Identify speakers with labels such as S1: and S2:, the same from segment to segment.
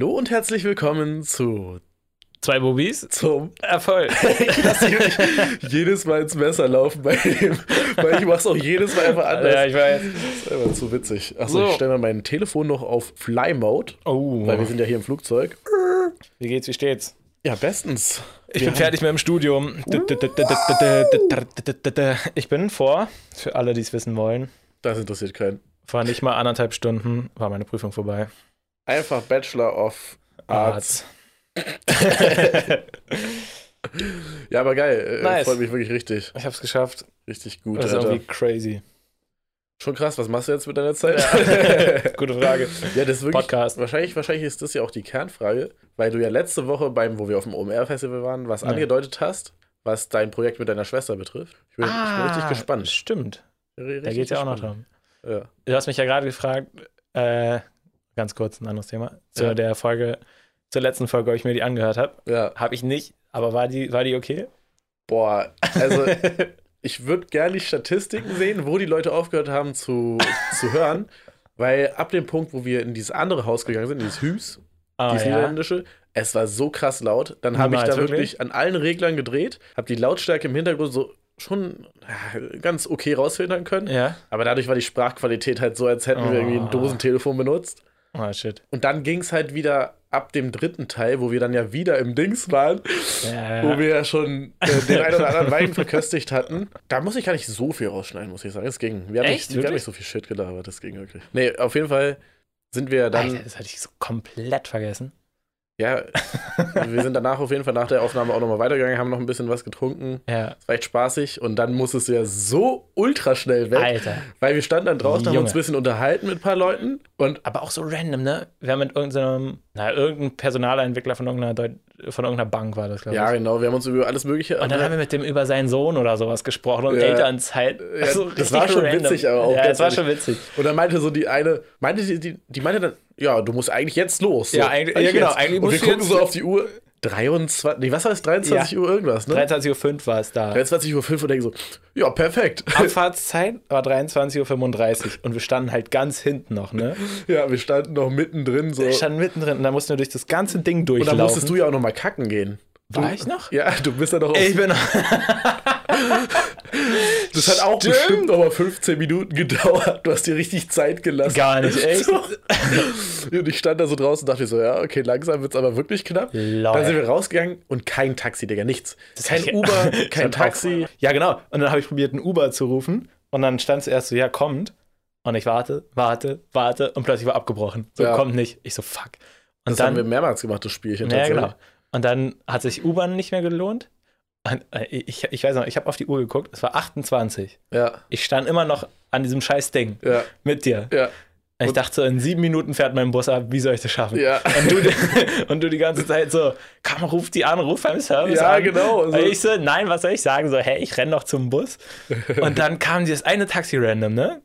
S1: Hallo und herzlich willkommen zu
S2: Zwei Bubis
S1: zum.
S2: Erfolg.
S1: Ich lasse dich wirklich jedes Mal ins Messer laufen bei dem, weil ich mach's auch jedes Mal einfach anders.
S2: ja, ich weiß.
S1: Das ist einfach zu witzig. Achso,
S2: So.
S1: ich stelle mal mein Telefon noch auf Fly Mode,
S2: Oh.
S1: weil wir sind ja hier im Flugzeug.
S2: Wie geht's, wie steht's?
S1: Ja, bestens.
S2: Ich
S1: Wir
S2: bin fertig mit dem Studium.
S1: Uh.
S2: Ich bin vor, für alle, die es wissen wollen,
S1: Das interessiert keinen.
S2: vor nicht mal anderthalb Stunden war meine Prüfung vorbei.
S1: Einfach Bachelor of Arts. Ja, aber geil. Äh,
S2: Nice.
S1: Freut mich wirklich richtig.
S2: Ich hab's geschafft.
S1: Richtig gut,
S2: Das ist
S1: Alter.
S2: irgendwie crazy.
S1: Schon krass, was machst du jetzt mit deiner Zeit?
S2: Gute Frage.
S1: Ja, das ist wirklich.
S2: Podcast.
S1: Wahrscheinlich, wahrscheinlich ist das ja auch die Kernfrage, weil du ja letzte Woche beim, wo wir auf dem OMR-Festival waren, was
S2: Ja.
S1: angedeutet hast, was dein Projekt mit deiner Schwester betrifft. Ich bin, ich bin richtig gespannt.
S2: Stimmt. Ah, Da geht ja auch noch drum.
S1: dran. Ja.
S2: Du hast mich ja gerade gefragt, äh, ganz kurz ein anderes Thema, zu
S1: Ja.
S2: der Folge, zur letzten Folge, ob ich mir die angehört habe.
S1: ja.
S2: Habe ich nicht, aber war die, war die okay?
S1: Boah, also ich würde gerne die Statistiken sehen, wo die Leute aufgehört haben zu, zu hören, weil ab dem Punkt, wo wir in dieses andere Haus gegangen sind, in dieses Hüs,
S2: Ah,
S1: dieses
S2: ja.
S1: niederländische, es war so krass laut. Dann habe ich da
S2: Niemals,
S1: wirklich,
S2: wirklich?
S1: an allen Reglern gedreht, habe die Lautstärke im Hintergrund so schon ja, ganz okay rausfiltern können.
S2: Ja.
S1: Aber dadurch war die Sprachqualität halt so, als hätten
S2: Oh.
S1: wir irgendwie ein Dosentelefon benutzt.
S2: Oh shit.
S1: Und dann ging es halt wieder ab dem dritten Teil, wo wir dann ja wieder im Dings waren,
S2: Ja.
S1: wo wir ja schon äh, den einen oder anderen Wein verköstigt hatten. Da muss ich gar nicht so viel rausschneiden, muss ich sagen. Es ging. Wir haben nicht,
S2: Echt?
S1: wir haben
S2: Wirklich?
S1: nicht so viel Shit gelabert, das ging wirklich. Nee, auf jeden Fall sind wir dann,
S2: Alter, das hatte ich so komplett vergessen.
S1: ja, wir sind danach auf jeden Fall nach der Aufnahme auch nochmal weitergegangen, haben noch ein bisschen was getrunken.
S2: Ja.
S1: Es war echt spaßig und dann muss es ja so ultraschnell weg,
S2: Alter.
S1: weil wir standen dann draußen, haben uns ein
S2: Junge.
S1: bisschen unterhalten mit ein paar Leuten und
S2: Aber auch so random, ne? Wir haben mit irgendeinem, na, irgendein Personalentwickler von irgendeiner, Deut von irgendeiner Bank war das, glaube
S1: Ja,
S2: ich.
S1: genau. Wir haben uns über alles Mögliche.
S2: Und dann haben wir mit dem über seinen Sohn oder sowas gesprochen und
S1: Ja.
S2: Elternzeit. Also
S1: Ja, das war schon witzig, aber auch
S2: Ja,
S1: ganz
S2: das war
S1: ehrlich.
S2: schon witzig.
S1: und dann meinte so die eine, meinte die, die, die meinte dann, ja, du musst eigentlich jetzt los. So,
S2: Ja, eigentlich- ja, genau, eigentlich
S1: Und wir
S2: musst du
S1: gucken
S2: jetzt-
S1: so auf die Uhr. 23, nee, was war das? 23
S2: Ja.
S1: Uhr irgendwas, ne?
S2: 23.05 Uhr war es da.
S1: 23 Uhr 5 und denken so, ja, perfekt.
S2: Abfahrtszeit war 23.35 Uhr und wir standen halt ganz hinten noch, ne?
S1: ja, wir standen noch mittendrin so.
S2: Wir standen mittendrin und da mussten wir durch das ganze Ding
S1: Und dann
S2: durchlaufen.
S1: musstest du ja auch nochmal kacken gehen. Du,
S2: War ich noch?
S1: Ja, du bist ja noch auf,
S2: Ich bin
S1: Das hat auch
S2: Stimmt.
S1: bestimmt nochmal 15 Minuten gedauert. Du hast dir richtig Zeit gelassen.
S2: Gar nicht, echt?
S1: Und ich stand da so draußen und dachte so, ja, okay, langsam wird's aber wirklich knapp.
S2: Lol.
S1: Dann sind wir rausgegangen und kein Taxi, Digga, nichts. kein
S2: hab ich-
S1: Uber,
S2: Das
S1: kein
S2: hat auch-
S1: Taxi.
S2: Ja, genau. Und dann habe ich probiert, einen Uber zu rufen. Und dann stand es erst so, ja, kommt. Und ich warte, warte, warte. Und plötzlich war abgebrochen. So,
S1: Ja.
S2: kommt nicht. Ich so, fuck. Und
S1: Das haben wir
S2: dann,
S1: mehrmals gemacht, das Spielchen.
S2: ja,
S1: tatsächlich.
S2: genau. Und dann hat sich U-Bahn nicht mehr gelohnt. Und, äh, ich, ich weiß noch, ich habe auf die Uhr geguckt. Es war 28.
S1: Ja,
S2: Ich stand immer noch an diesem scheiß Ding
S1: ja,
S2: mit dir.
S1: ja.
S2: Und ich dachte so, in sieben Minuten fährt mein Bus ab. Wie soll ich das schaffen?
S1: Ja.
S2: Und du, und du die ganze Zeit so, komm, ruf die an, ruf beim Service
S1: Ja,
S2: an.
S1: genau, so.
S2: Und ich so, nein, was soll ich sagen? So, hey, ich renn doch zum Bus. Und dann kam dieses eine Taxi random, ne?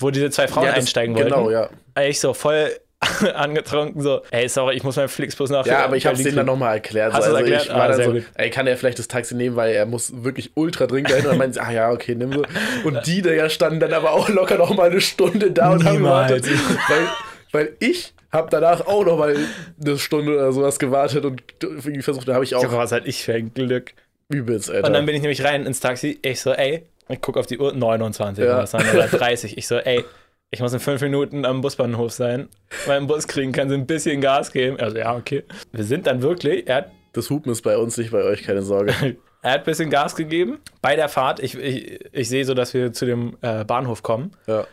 S2: Wo diese zwei Frauen
S1: Mhm. ja, das-
S2: einsteigen wollten.
S1: Genau, ja.
S2: Und Ich so voll angetrunken, so, ey, sorry, ich muss meinen Flixbus nach
S1: Ja, aber ich hab's
S2: Berlin
S1: denen dann
S2: kriegen.
S1: nochmal erklärt.
S2: Hast du's erklärt?
S1: Ich war
S2: Ah,
S1: dann
S2: sehr
S1: so,
S2: gut.
S1: ey, kann er vielleicht das Taxi nehmen, weil er muss wirklich ultra dringend dahin. Und dann meinen sie, ah ja, okay, nimm so. Und die, Digga, standen dann aber auch locker nochmal eine Stunde da und haben
S2: Niemals.
S1: gewartet. Weil, weil ich hab danach auch nochmal eine Stunde oder sowas gewartet und irgendwie versucht, da habe ich auch
S2: Boah, was hatte ich für ein Glück.
S1: übelst, Alter.
S2: Und dann bin ich nämlich rein ins Taxi. Ich so, ey, ich guck auf die Uhr, 29
S1: Ja.
S2: war es dann, oder 30. Ich so, ey, ich muss in fünf Minuten am Busbahnhof sein, meinen Bus kriegen, kann sie ein bisschen Gas geben. Also, ja, okay. Wir sind dann wirklich, er hat,
S1: das Hupen ist bei uns nicht bei euch, keine Sorge.
S2: er hat ein bisschen Gas gegeben. Bei der Fahrt, ich, ich, ich sehe so, dass wir zu dem äh, Bahnhof kommen.
S1: Ja.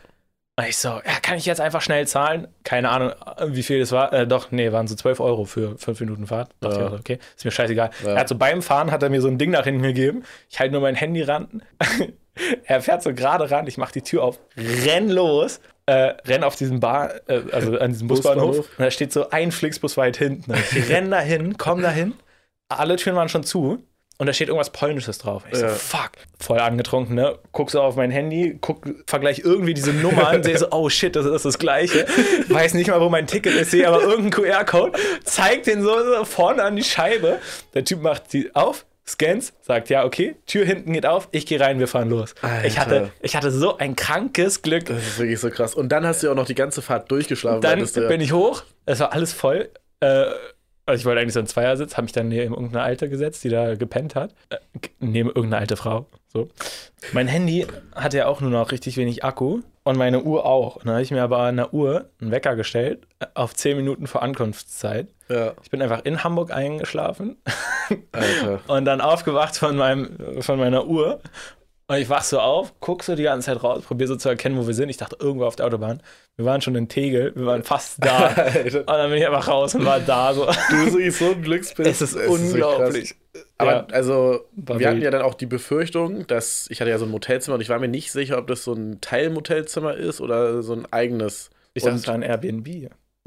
S2: Und ich so, ja, kann ich jetzt einfach schnell zahlen? Keine Ahnung, wie viel das war. Äh, doch, nee, waren so 12 Euro für 5 Minuten Fahrt. Dachte
S1: Ja.
S2: ich mir so, okay, ist mir scheißegal.
S1: Ja.
S2: Er hat so beim Fahren hat er mir so ein Ding nach hinten gegeben. Ich halte nur mein Handy ran. er fährt so gerade ran, ich mache die Tür auf, renn los, äh, renn auf diesen Bar, äh, also an diesem Busbahnhof.
S1: Busbahnhof.
S2: Und da steht so ein Flixbus weit hinten. Und Ich renn dahin, komm dahin. Alle Türen waren schon zu. Und da steht irgendwas Polnisches drauf. Ich
S1: Ja.
S2: so, fuck. Voll angetrunken, ne? Guck so auf mein Handy, guck, vergleich irgendwie diese Nummern, sehe so, oh shit, das ist das Gleiche. Weiß nicht mal, wo mein Ticket ist, sehe aber irgendeinen QR-Code, zeig den so, so vorne an die Scheibe. Der Typ macht sie auf, scans, sagt ja, okay, Tür hinten geht auf, ich gehe rein, wir fahren los.
S1: Alter.
S2: Ich hatte, ich hatte so ein krankes Glück.
S1: Das ist wirklich so krass. Und dann hast du ja auch noch die ganze Fahrt durchgeschlafen. weil
S2: Dann
S1: das der-
S2: bin ich hoch, es war alles voll. Äh, also ich wollte eigentlich so einen Zweiersitz, habe mich dann neben irgendeine Alte gesetzt, die da gepennt hat. Äh, g- neben irgendeine alte Frau. So. Mein Handy hatte ja auch nur noch richtig wenig Akku und meine Uhr auch. Und dann habe ich mir aber an der Uhr einen Wecker gestellt äh, auf 10 Minuten vor Ankunftszeit.
S1: ja,
S2: Ich bin einfach in Hamburg eingeschlafen
S1: Alter.
S2: und dann aufgewacht von, meinem, von meiner Uhr. Und ich wach so auf, guck so die ganze Zeit raus, probier so zu erkennen, wo wir sind. Ich dachte, irgendwo auf der Autobahn. Wir waren schon in Tegel, wir waren fast da.
S1: Alter.
S2: Und dann bin ich einfach raus und war da so.
S1: Du bist wirklich so ein Glückspilz.
S2: Es ist
S1: wirklich
S2: unglaublich.
S1: krass. Aber
S2: Ja.
S1: also,
S2: War
S1: wir hatten
S2: wild.
S1: ja dann auch die Befürchtung, dass ich hatte ja so ein Motelzimmer und ich war mir nicht sicher, ob das so ein Teilmotelzimmer ist oder so ein eigenes.
S2: Ich
S1: Und-
S2: dachte, es war ein Airbnb.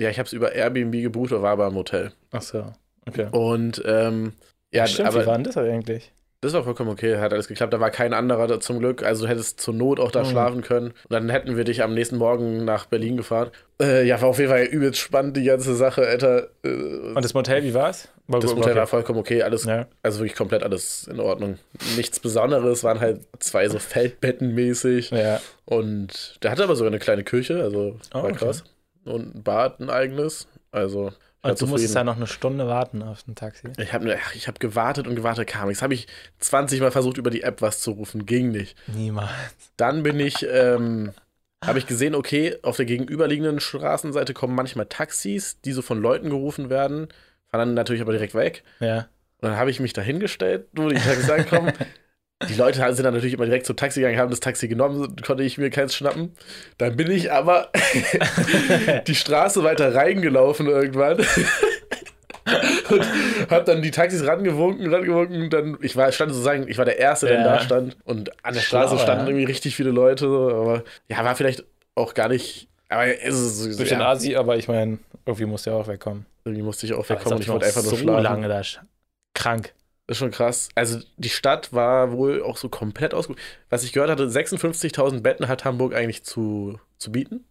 S1: Ja, ich habe es über Airbnb gebucht, aber war aber im Hotel.
S2: Ach so, okay.
S1: Und ähm, ja,
S2: Stimmt, wie
S1: aber
S2: war denn das eigentlich?
S1: das war vollkommen okay, hat alles geklappt. Da war kein anderer da, zum Glück. Also du hättest zur Not auch da
S2: Mhm.
S1: schlafen können. Und dann hätten wir dich am nächsten Morgen nach Berlin gefahren. Äh, ja, war auf jeden Fall übelst spannend, die ganze Sache, Alter. Äh,
S2: Und das Motel, wie war's? War
S1: das
S2: gut,
S1: Hotel war
S2: okay.
S1: vollkommen okay, alles
S2: ja.
S1: Also wirklich komplett alles in Ordnung. Nichts Besonderes, waren halt zwei so Feldbetten mäßig.
S2: ja.
S1: Und der hatte aber sogar eine kleine Küche, also war
S2: Oh, okay.
S1: krass. Und ein Bad, ein eigenes. Also, ich war
S2: Und du musstest da
S1: zufrieden.
S2: noch eine Stunde warten auf ein Taxi.
S1: ich habe ich hab gewartet und gewartet, kam nichts. Habe ich 20 Mal versucht, über die App was zu rufen, ging nicht.
S2: Niemals.
S1: Dann bin ich, ähm, habe ich gesehen, okay, auf der gegenüberliegenden Straßenseite kommen manchmal Taxis, die so von Leuten gerufen werden, fahren dann natürlich aber direkt weg.
S2: Ja.
S1: Und dann habe ich mich dahingestellt, wo die Taxis ankommen. Die Leute sind dann natürlich immer direkt zum Taxi gegangen, haben das Taxi genommen, konnte ich mir keins schnappen. Dann bin ich aber die Straße weiter reingelaufen irgendwann. und hab dann die Taxis rangewunken, rangewunken. Dann, ich war, stand sozusagen, ich war der Erste, der
S2: Ja.
S1: da stand. Und an der
S2: Schlau,
S1: Straße standen
S2: ja.
S1: irgendwie richtig viele Leute. so, Aber ja, war vielleicht auch gar nicht. Aber es ist so,
S2: Bisschen
S1: ja,
S2: Asi, aber ich meine, irgendwie muss ja auch wegkommen.
S1: irgendwie musste ich auch
S2: Aber
S1: wegkommen. und
S2: jetzt
S1: Ich
S2: hab
S1: wollte einfach nur
S2: so
S1: schlafen.
S2: lange da. sch- Krank.
S1: Ist schon krass. Also die Stadt war wohl auch so komplett ausgebucht. Was ich gehört hatte, 56.000 Betten hat Hamburg eigentlich zu, zu bieten.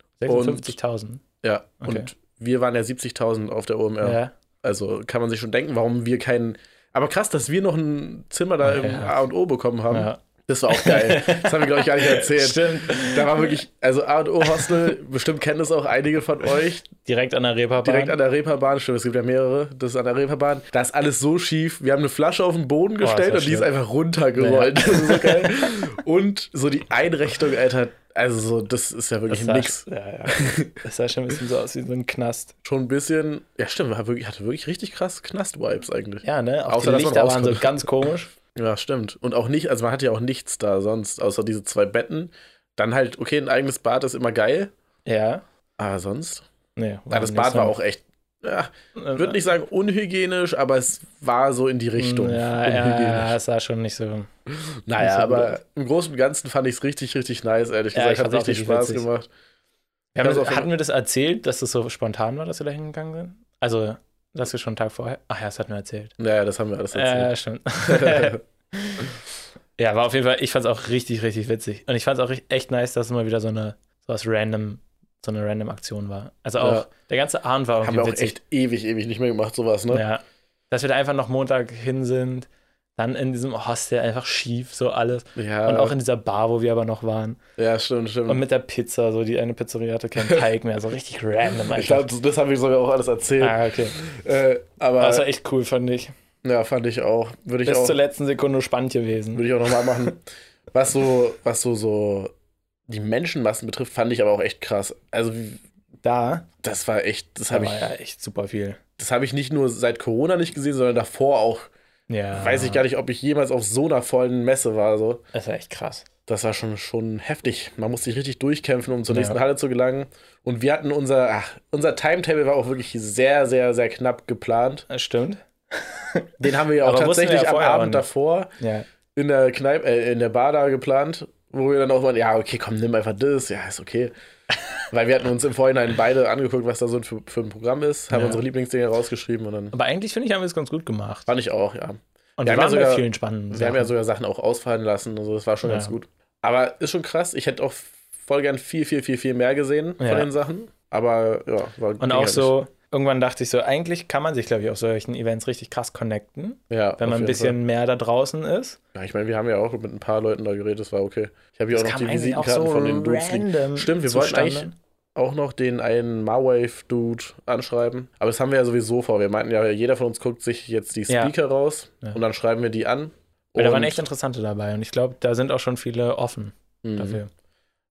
S2: 56.000.
S1: Ja.
S2: Okay.
S1: Und wir waren ja 70.000 auf der OMR.
S2: Ja.
S1: Also kann man sich schon denken, warum wir keinen. Aber krass, dass wir noch ein Zimmer da im
S2: Ja.
S1: A und O bekommen haben.
S2: Ja.
S1: Das war auch geil. Das haben wir, glaube ich, gar nicht erzählt.
S2: Stimmt.
S1: Da war wirklich, also A und O Hostel, bestimmt kennen das auch einige von euch.
S2: Direkt an der Reeperbahn.
S1: Direkt an der Reeperbahn, stimmt, es gibt ja mehrere, das ist an der Reeperbahn. Da ist alles so schief. Wir haben eine Flasche auf den Boden
S2: das
S1: gestellt
S2: war
S1: und die ist
S2: schlimm.
S1: einfach runtergerollt. Das ist so geil. Und so die Einrichtung, Alter, also so, das ist ja wirklich
S2: das sah,
S1: nix.
S2: Ja, ja. Das sah schon ein bisschen so aus wie so ein Knast.
S1: Schon ein bisschen, ja stimmt, war wirklich, hatte wirklich richtig krass Knast-Vibes eigentlich. Ja.
S2: Ja, ne? Auch
S1: Außer,
S2: die
S1: dass man
S2: Lichter waren so
S1: rauskommt.
S2: ganz komisch.
S1: stimmt. Und auch nicht, also man hatte ja auch nichts da sonst, außer diese zwei Betten. Dann halt, okay, ein eigenes Bad ist immer geil,
S2: Ja.
S1: aber sonst.
S2: Nee,
S1: Ja, das Bad war auch echt, ja, ich würde nicht sagen unhygienisch, aber es war so in die Richtung.
S2: Mm, Ja, ja, ja, es sah schon nicht so.
S1: Naja,
S2: Nicht so
S1: aber
S2: blöd.
S1: im Großen und Ganzen fand ich es richtig, richtig nice, ehrlich
S2: Ja,
S1: gesagt.
S2: ich
S1: Hat
S2: fand's auch
S1: richtig
S2: richtig
S1: Spaß
S2: witzig.
S1: gemacht.
S2: Wir haben
S1: Also
S2: das,
S1: auf-
S2: hatten wir das erzählt, dass das so spontan war, dass wir da hingegangen sind? Also, dass wir schon einen Tag vorher. Ach ja, das hatten wir erzählt.
S1: Naja, das haben wir alles
S2: Ja,
S1: erzählt.
S2: äh, stimmt. ja, war auf jeden Fall, ich fand es auch richtig, richtig witzig. Und ich fand es auch echt- echt nice, dass es mal wieder so eine so was random, so eine random Aktion war. Also auch,
S1: Ja.
S2: der ganze Abend war
S1: haben
S2: irgendwie
S1: wir auch
S2: witzig.
S1: echt ewig, ewig nicht mehr gemacht, sowas, ne?
S2: Ja. Dass wir da einfach noch Montag hin sind, dann in diesem Hostel einfach schief, so alles.
S1: Ja, Mhm.
S2: Und auch in dieser Bar, wo wir aber noch waren.
S1: ja stimmt, stimmt.
S2: Und mit der Pizza, so die eine Pizzeria hatte keinen Teig mehr, so richtig random.
S1: ich glaube, das, das haben wir sogar auch alles erzählt.
S2: ah, okay.
S1: Äh, aber
S2: Das war echt cool, fand ich.
S1: ja, fand ich auch. Würde ich
S2: Also, Bis
S1: auch,
S2: zur
S1: würde
S2: letzten Sekunde spannend gewesen.
S1: ich auch nochmal machen. was so, was so, so die Menschenmassen betrifft, fand ich aber auch echt krass. Also, wie-
S2: Da
S1: das war echt, das
S2: da
S1: habe ich,
S2: war ja echt super viel.
S1: das habe ich nicht nur seit Corona nicht gesehen, sondern davor auch.
S2: Ja.
S1: Weiß ich gar nicht, ob ich jemals auf so einer vollen Messe war. So.
S2: Das war echt krass.
S1: Das war schon, schon heftig. Man musste sich richtig durchkämpfen, um zur
S2: Ja.
S1: nächsten Halle zu gelangen. Und wir hatten unser, ach, unser Timetable war auch wirklich sehr, sehr, sehr knapp geplant.
S2: Das stimmt.
S1: Den haben wir ja auch
S2: Aber wussten wir
S1: tatsächlich
S2: ja
S1: am
S2: vorher auch
S1: Abend
S2: nicht.
S1: davor
S2: Ja.
S1: in der Kneipe, äh, in der Bar da geplant, wo wir dann auch mal, ja, okay, komm, nimm einfach das, ja, ist okay. Weil wir hatten uns im Vorhinein beide angeguckt, was da so für, für ein Programm ist, haben
S2: Ja.
S1: unsere Lieblingsdinge rausgeschrieben und dann
S2: Aber eigentlich finde ich, haben wir es ganz gut gemacht.
S1: fand ich auch, ja. Wir
S2: Und wir,
S1: haben ja
S2: waren
S1: sogar-
S2: bei vielen spannenden
S1: Wir haben ja
S2: Sachen.
S1: sogar Sachen auch ausfallen lassen, also das war schon
S2: Ja.
S1: ganz gut. Aber ist schon krass, ich hätte auch voll gern viel, viel, viel, viel mehr gesehen
S2: Ja.
S1: von den Sachen. Aber ja, war ging
S2: Und
S1: ja
S2: auch
S1: nicht.
S2: so, irgendwann dachte ich so, eigentlich kann man sich, glaube ich, auf solchen Events richtig krass connecten,
S1: Ja,
S2: wenn
S1: auf
S2: man ein
S1: jeden
S2: bisschen mehr da draußen ist.
S1: Fall. Ja, ich meine, wir haben ja auch mit ein paar Leuten da geredet, das war okay. Ich habe hier auch noch die
S2: eigentlich
S1: Visitenkarten von den Dudes liegen. Stimmt, wir wollten
S2: zustande.
S1: eigentlich- Auch noch den einen Marwave-Dude anschreiben. Aber das haben wir ja sowieso vor. Wir meinten ja, jeder von uns guckt sich jetzt die
S2: Ja.
S1: Speaker raus
S2: Ja.
S1: und dann schreiben wir die an.
S2: Weil da waren
S1: Und-
S2: echt interessante dabei und ich glaube, da sind auch schon viele offen
S1: Mhm.
S2: dafür.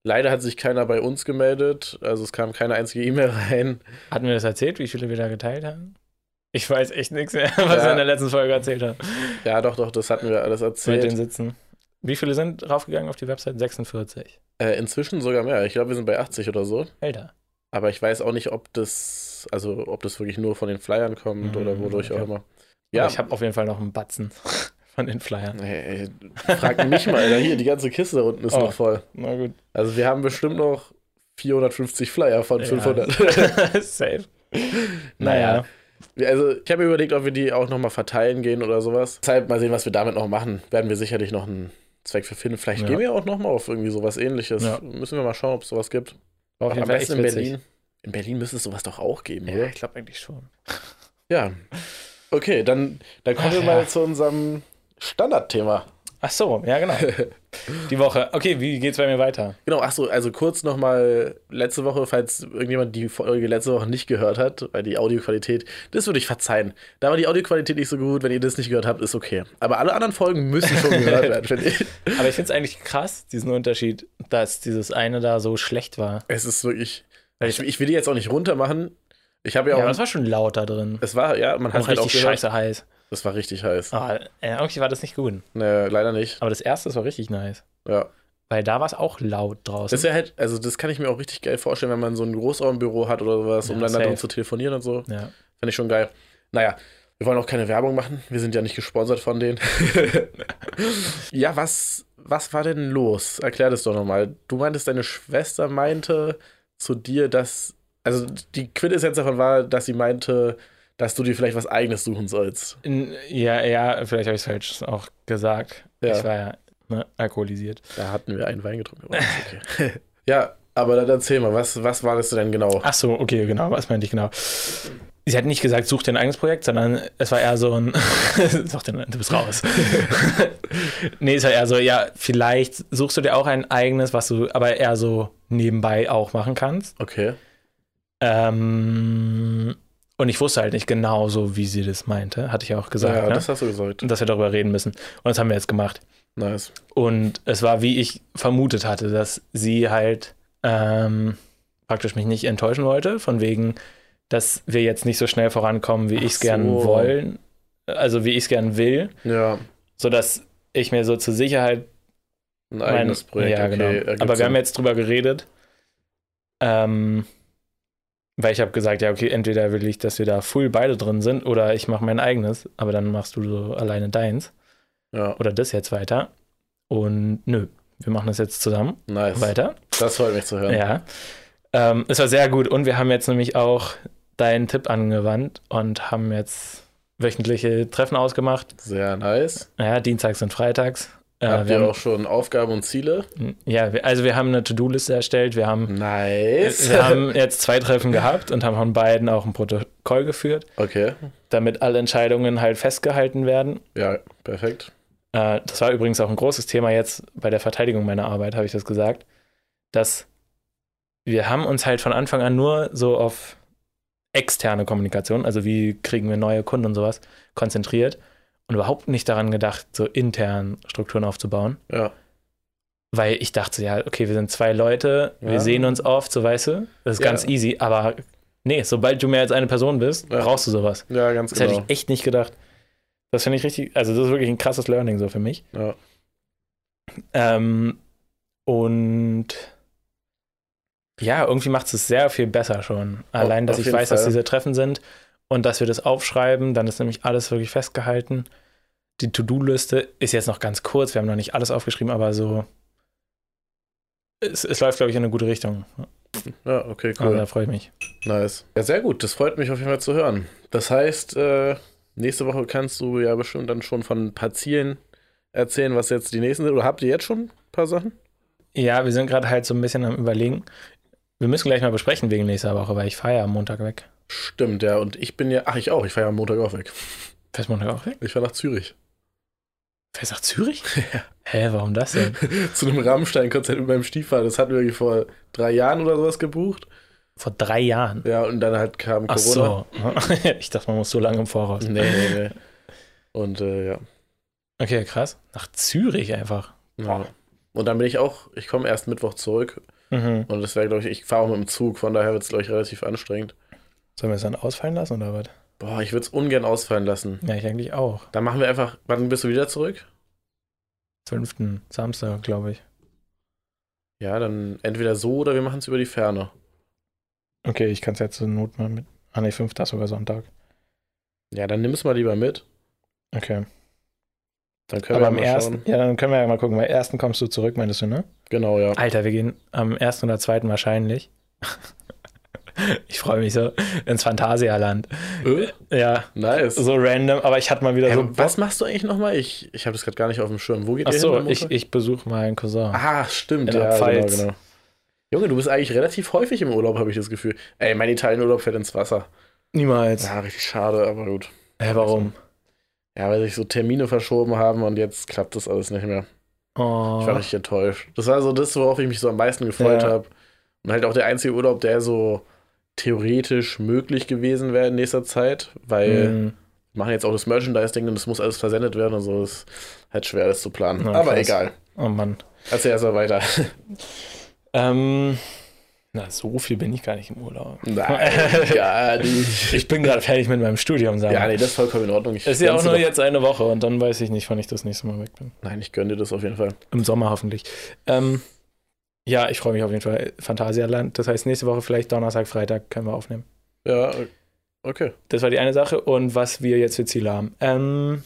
S1: Leider hat sich keiner bei uns gemeldet, also es kam keine einzige E-Mail rein.
S2: Hatten wir das erzählt, wie viele wir da geteilt haben? Ich weiß echt nichts mehr, was
S1: Ja.
S2: wir in der letzten Folge erzählt haben.
S1: Ja, doch, doch, das hatten wir alles
S2: Mit den
S1: erzählt.
S2: Sitzen. Wie viele sind raufgegangen auf die Website? 46.
S1: Äh, inzwischen sogar mehr. Ich glaube, wir sind bei 80 oder so.
S2: Alter.
S1: Aber ich weiß auch nicht, ob das, also ob das wirklich nur von den Flyern kommt
S2: Mhm,
S1: oder wodurch
S2: okay.
S1: auch immer.
S2: Ja.
S1: Ja,
S2: Aber ich habe auf jeden Fall noch einen Batzen von den Flyern.
S1: Ey, ey, frag mich mal, Alter, hier, die ganze Kiste da unten ist
S2: Oh.
S1: noch voll.
S2: Na gut.
S1: Also wir haben bestimmt noch 450 Flyer von
S2: Ja.
S1: 500.
S2: Safe.
S1: Naja.
S2: Naja.
S1: Also ich habe mir überlegt, ob wir die auch nochmal verteilen gehen oder sowas. Deshalb mal sehen, was wir damit noch machen. Werden wir sicherlich noch einen Zweck für finden. Vielleicht
S2: Ja.
S1: gehen wir auch nochmal auf irgendwie sowas ähnliches.
S2: Ja.
S1: Müssen wir mal schauen, ob es sowas gibt.
S2: War auf jeden
S1: Am
S2: Fall
S1: besten
S2: echt
S1: in
S2: witzig.
S1: Berlin. In Berlin müsste es sowas doch auch geben,
S2: Ja,
S1: oder?
S2: ich glaube eigentlich schon.
S1: Ja. Okay, dann, dann kommen
S2: Ach
S1: wir mal
S2: ja.
S1: zu unserem Standardthema.
S2: Ach so, ja, genau. die Woche. Okay, wie geht's bei mir weiter?
S1: Genau, achso, also kurz nochmal letzte Woche, falls irgendjemand die Folge letzte Woche nicht gehört hat, weil die Audioqualität, das würde ich verzeihen. Da war die Audioqualität nicht so gut, wenn ihr das nicht gehört habt, ist okay. Aber alle anderen Folgen müssen schon gehört werden, finde ich.
S2: Aber ich finde es eigentlich krass, diesen Unterschied, dass dieses eine da so schlecht war.
S1: Es ist wirklich.
S2: Weil
S1: Ich,
S2: ich,
S1: ich will die jetzt auch nicht runter machen. Ich habe ja auch.
S2: ja, das war schon laut da drin.
S1: es war, ja, man
S2: Und
S1: hat halt auch
S2: richtig
S1: gehört,
S2: scheiße heiß.
S1: das war richtig heiß.
S2: Ah, äh, irgendwie war das nicht gut.
S1: Nee, leider nicht.
S2: Aber das erste das war richtig nice.
S1: Ja.
S2: Weil da war es auch laut draußen.
S1: Das ist ja halt, also das kann ich mir auch richtig geil vorstellen, wenn man so ein Großraumbüro hat oder sowas, um
S2: Ja,
S1: dann da drin
S2: safe.
S1: zu telefonieren und so.
S2: ja.
S1: Finde ich schon geil. Naja, wir wollen auch keine Werbung machen. Wir sind ja nicht gesponsert von denen. ja, was, was war denn los? Erklär das doch nochmal. Du meintest, deine Schwester meinte zu dir, dass. Also die Quintessenz davon war, dass sie meinte, dass du dir vielleicht was Eigenes suchen sollst.
S2: N- ja, ja, vielleicht habe ich es falsch auch gesagt.
S1: Ja.
S2: Ich war ja ne, alkoholisiert.
S1: Da hatten wir einen Wein getrunken. Aber ist okay. ja, aber dann erzähl mal, was, was war das denn genau?
S2: Ach so, okay, genau, was meinte ich genau? Sie hat nicht gesagt, such dir ein eigenes Projekt, sondern es war eher so ein, such dir, ein- du bist raus. nee, es war eher so, ja, vielleicht suchst du dir auch ein eigenes, was du aber eher so nebenbei auch machen kannst.
S1: Okay.
S2: Ähm, und ich wusste halt nicht genau so, wie sie das meinte, hatte ich ja auch gesagt,
S1: ja,
S2: ne?
S1: das hast du gesagt.
S2: dass wir darüber reden müssen. Und das haben wir jetzt gemacht.
S1: Nice.
S2: Und es war, wie ich vermutet hatte, dass sie halt ähm, praktisch mich nicht enttäuschen wollte, von wegen, dass wir jetzt nicht so schnell vorankommen, wie
S1: Ach
S2: ich es gern
S1: so.
S2: wollen, also wie ich es gern will,
S1: Ja,
S2: sodass ich mir so zur Sicherheit
S1: ein eigenes
S2: mein-
S1: Projekt.
S2: Ja,
S1: okay, ergibt
S2: genau. Aber wir
S1: Sinn.
S2: haben jetzt drüber geredet, ähm, weil ich habe gesagt, ja, okay, entweder will ich, dass wir da full beide drin sind oder ich mache mein eigenes, aber dann machst du so alleine deins
S1: Ja,
S2: oder das jetzt weiter. Und nö, wir machen das jetzt zusammen
S1: nice.
S2: weiter.
S1: Das freut mich zu hören.
S2: Ja. Ähm, es war sehr gut und wir haben jetzt nämlich auch deinen Tipp angewandt und haben jetzt wöchentliche Treffen ausgemacht.
S1: Sehr nice.
S2: Ja, dienstags und freitags. Äh,
S1: Habt
S2: wir
S1: ihr
S2: haben,
S1: auch schon Aufgaben und Ziele?
S2: Ja, wir, also wir haben eine To-Do-Liste erstellt. Wir haben,
S1: Nice.
S2: wir haben jetzt zwei Treffen gehabt und haben von beiden auch ein Protokoll geführt,
S1: Okay.
S2: damit alle Entscheidungen halt festgehalten werden.
S1: Ja, perfekt.
S2: Äh, das war übrigens auch ein großes Thema jetzt bei der Verteidigung meiner Arbeit, habe ich das gesagt, dass wir haben uns halt von Anfang an nur so auf externe Kommunikation, also wie kriegen wir neue Kunden und sowas, konzentriert und überhaupt nicht daran gedacht, so intern Strukturen aufzubauen.
S1: Ja.
S2: Weil ich dachte, ja, okay, wir sind zwei Leute,
S1: Ja.
S2: wir sehen uns oft, so weißt du, das ist
S1: Ja.
S2: ganz easy, aber nee, sobald du mehr als eine Person bist,
S1: Ja.
S2: brauchst du sowas.
S1: Ja, ganz
S2: Das
S1: genau.
S2: hätte ich echt nicht gedacht. Das finde ich richtig, also das ist wirklich ein krasses Learning so für mich.
S1: Ja.
S2: Ähm, und ja, irgendwie macht es sehr viel besser schon. Allein, dass
S1: auf
S2: ich
S1: jeden
S2: weiß, dass
S1: Fall.
S2: diese Treffen sind und dass wir das aufschreiben, dann ist nämlich alles wirklich festgehalten. Die To-Do-Liste ist jetzt noch ganz kurz, wir haben noch nicht alles aufgeschrieben, aber so. Es, es läuft, glaube ich, in eine gute Richtung.
S1: ja, okay,
S2: Also,
S1: cool.
S2: da freue ich mich.
S1: Nice. Ja, sehr gut. Das freut mich auf jeden Fall zu hören. Das heißt, äh, nächste Woche kannst du ja bestimmt dann schon von ein paar Zielen erzählen, was jetzt die nächsten sind. Oder habt ihr jetzt schon ein paar Sachen?
S2: Ja, wir sind gerade halt so ein bisschen am Überlegen. Wir müssen gleich mal besprechen wegen nächster Woche, weil ich fahre ja am Montag weg.
S1: Stimmt, ja. Und ich bin ja, ach, ich auch. Ich fahre ja am Montag auch weg.
S2: Fährst du Montag auch weg?
S1: Ich fahre nach Zürich.
S2: Fährst du nach Zürich? Hä, warum das denn?
S1: Zu einem Rammstein-Konzert mit meinem Stiefvater. Das hatten wir irgendwie vor drei Jahren oder sowas gebucht.
S2: Vor drei Jahren.
S1: Ja, und dann halt kam
S2: Ach
S1: Corona.
S2: so. Ich dachte, man muss so lange im Voraus.
S1: Nee, nee, nee. Und äh, ja.
S2: Okay, krass. Nach Zürich einfach.
S1: ja.
S2: Ah.
S1: Und dann bin ich auch, ich komme erst Mittwoch zurück.
S2: Mhm.
S1: Und das wäre, glaube ich, ich fahre auch mit dem Zug. Von daher wird es, glaube ich, relativ anstrengend.
S2: Sollen wir es dann ausfallen lassen oder was?
S1: Boah, ich würde es ungern ausfallen lassen.
S2: Ja, ich eigentlich auch.
S1: Dann machen wir einfach, wann bist du wieder zurück?
S2: Fünften Samstag, glaube ich.
S1: Ja, dann entweder so oder wir machen es über die Ferne.
S2: Okay, ich kann es ja zur Not mal mit. Ah ne, fünfter ist sogar Sonntag.
S1: Ja, dann nimm es mal lieber mit.
S2: Okay.
S1: Dann können
S2: Aber
S1: wir
S2: am
S1: mal
S2: ersten,
S1: schauen.
S2: ja, dann können wir ja mal gucken. Am ersten kommst du zurück, meintest du, ne?
S1: Genau, ja.
S2: Alter, wir gehen am ersten oder zweiten wahrscheinlich. Ich freue mich so ins Phantasialand.
S1: Äh,
S2: Ja,
S1: nice.
S2: so random, aber ich hatte mal wieder
S1: Hey,
S2: so
S1: was machst du eigentlich nochmal? Ich, ich habe das gerade gar nicht auf dem Schirm. Wo geht
S2: Also Ach
S1: ihr hin?
S2: so,
S1: am
S2: ich,
S1: Montag?
S2: ich besuche meinen Cousin.
S1: Ah, stimmt.
S2: in der
S1: Ja, genau,
S2: Pfalz.
S1: genau. Junge, du bist eigentlich relativ häufig im Urlaub, habe ich das Gefühl. Ey, mein Italienurlaub fällt ins Wasser.
S2: Niemals.
S1: Ja, richtig schade, aber gut.
S2: Hä, warum?
S1: Ja, weil sich so Termine verschoben haben und jetzt klappt das alles nicht mehr.
S2: Oh.
S1: Ich war richtig enttäuscht. Das war so das, worauf ich mich so am meisten gefreut
S2: Ja.
S1: habe. Und halt auch der einzige Urlaub, der so theoretisch möglich gewesen wäre in nächster Zeit, weil
S2: Hm.
S1: wir machen jetzt auch das Merchandise-Ding und es muss alles versendet werden und so. Das ist halt schwer, das zu planen.
S2: Na,
S1: Aber
S2: krass.
S1: egal.
S2: Oh Mann.
S1: Erzähl erstmal weiter.
S2: Ähm, na, so viel bin ich gar nicht im Urlaub.
S1: Nein, gar nicht.
S2: Ich bin gerade fertig mit meinem Studium, sagen
S1: Ja,
S2: wir.
S1: nee, das ist vollkommen in Ordnung. Ich
S2: Es ist ja auch
S1: gönn's
S2: nur
S1: dir
S2: jetzt eine Woche und dann weiß ich nicht, wann ich das nächste Mal weg bin.
S1: doch- Nein, ich gönne dir das auf jeden Fall.
S2: Im Sommer hoffentlich. Ähm, ja, ich freue mich auf jeden Fall. Phantasialand. Das heißt, nächste Woche vielleicht Donnerstag, Freitag können wir aufnehmen.
S1: Ja, okay.
S2: Das war die eine Sache. Und was wir jetzt für Ziele haben. Ähm,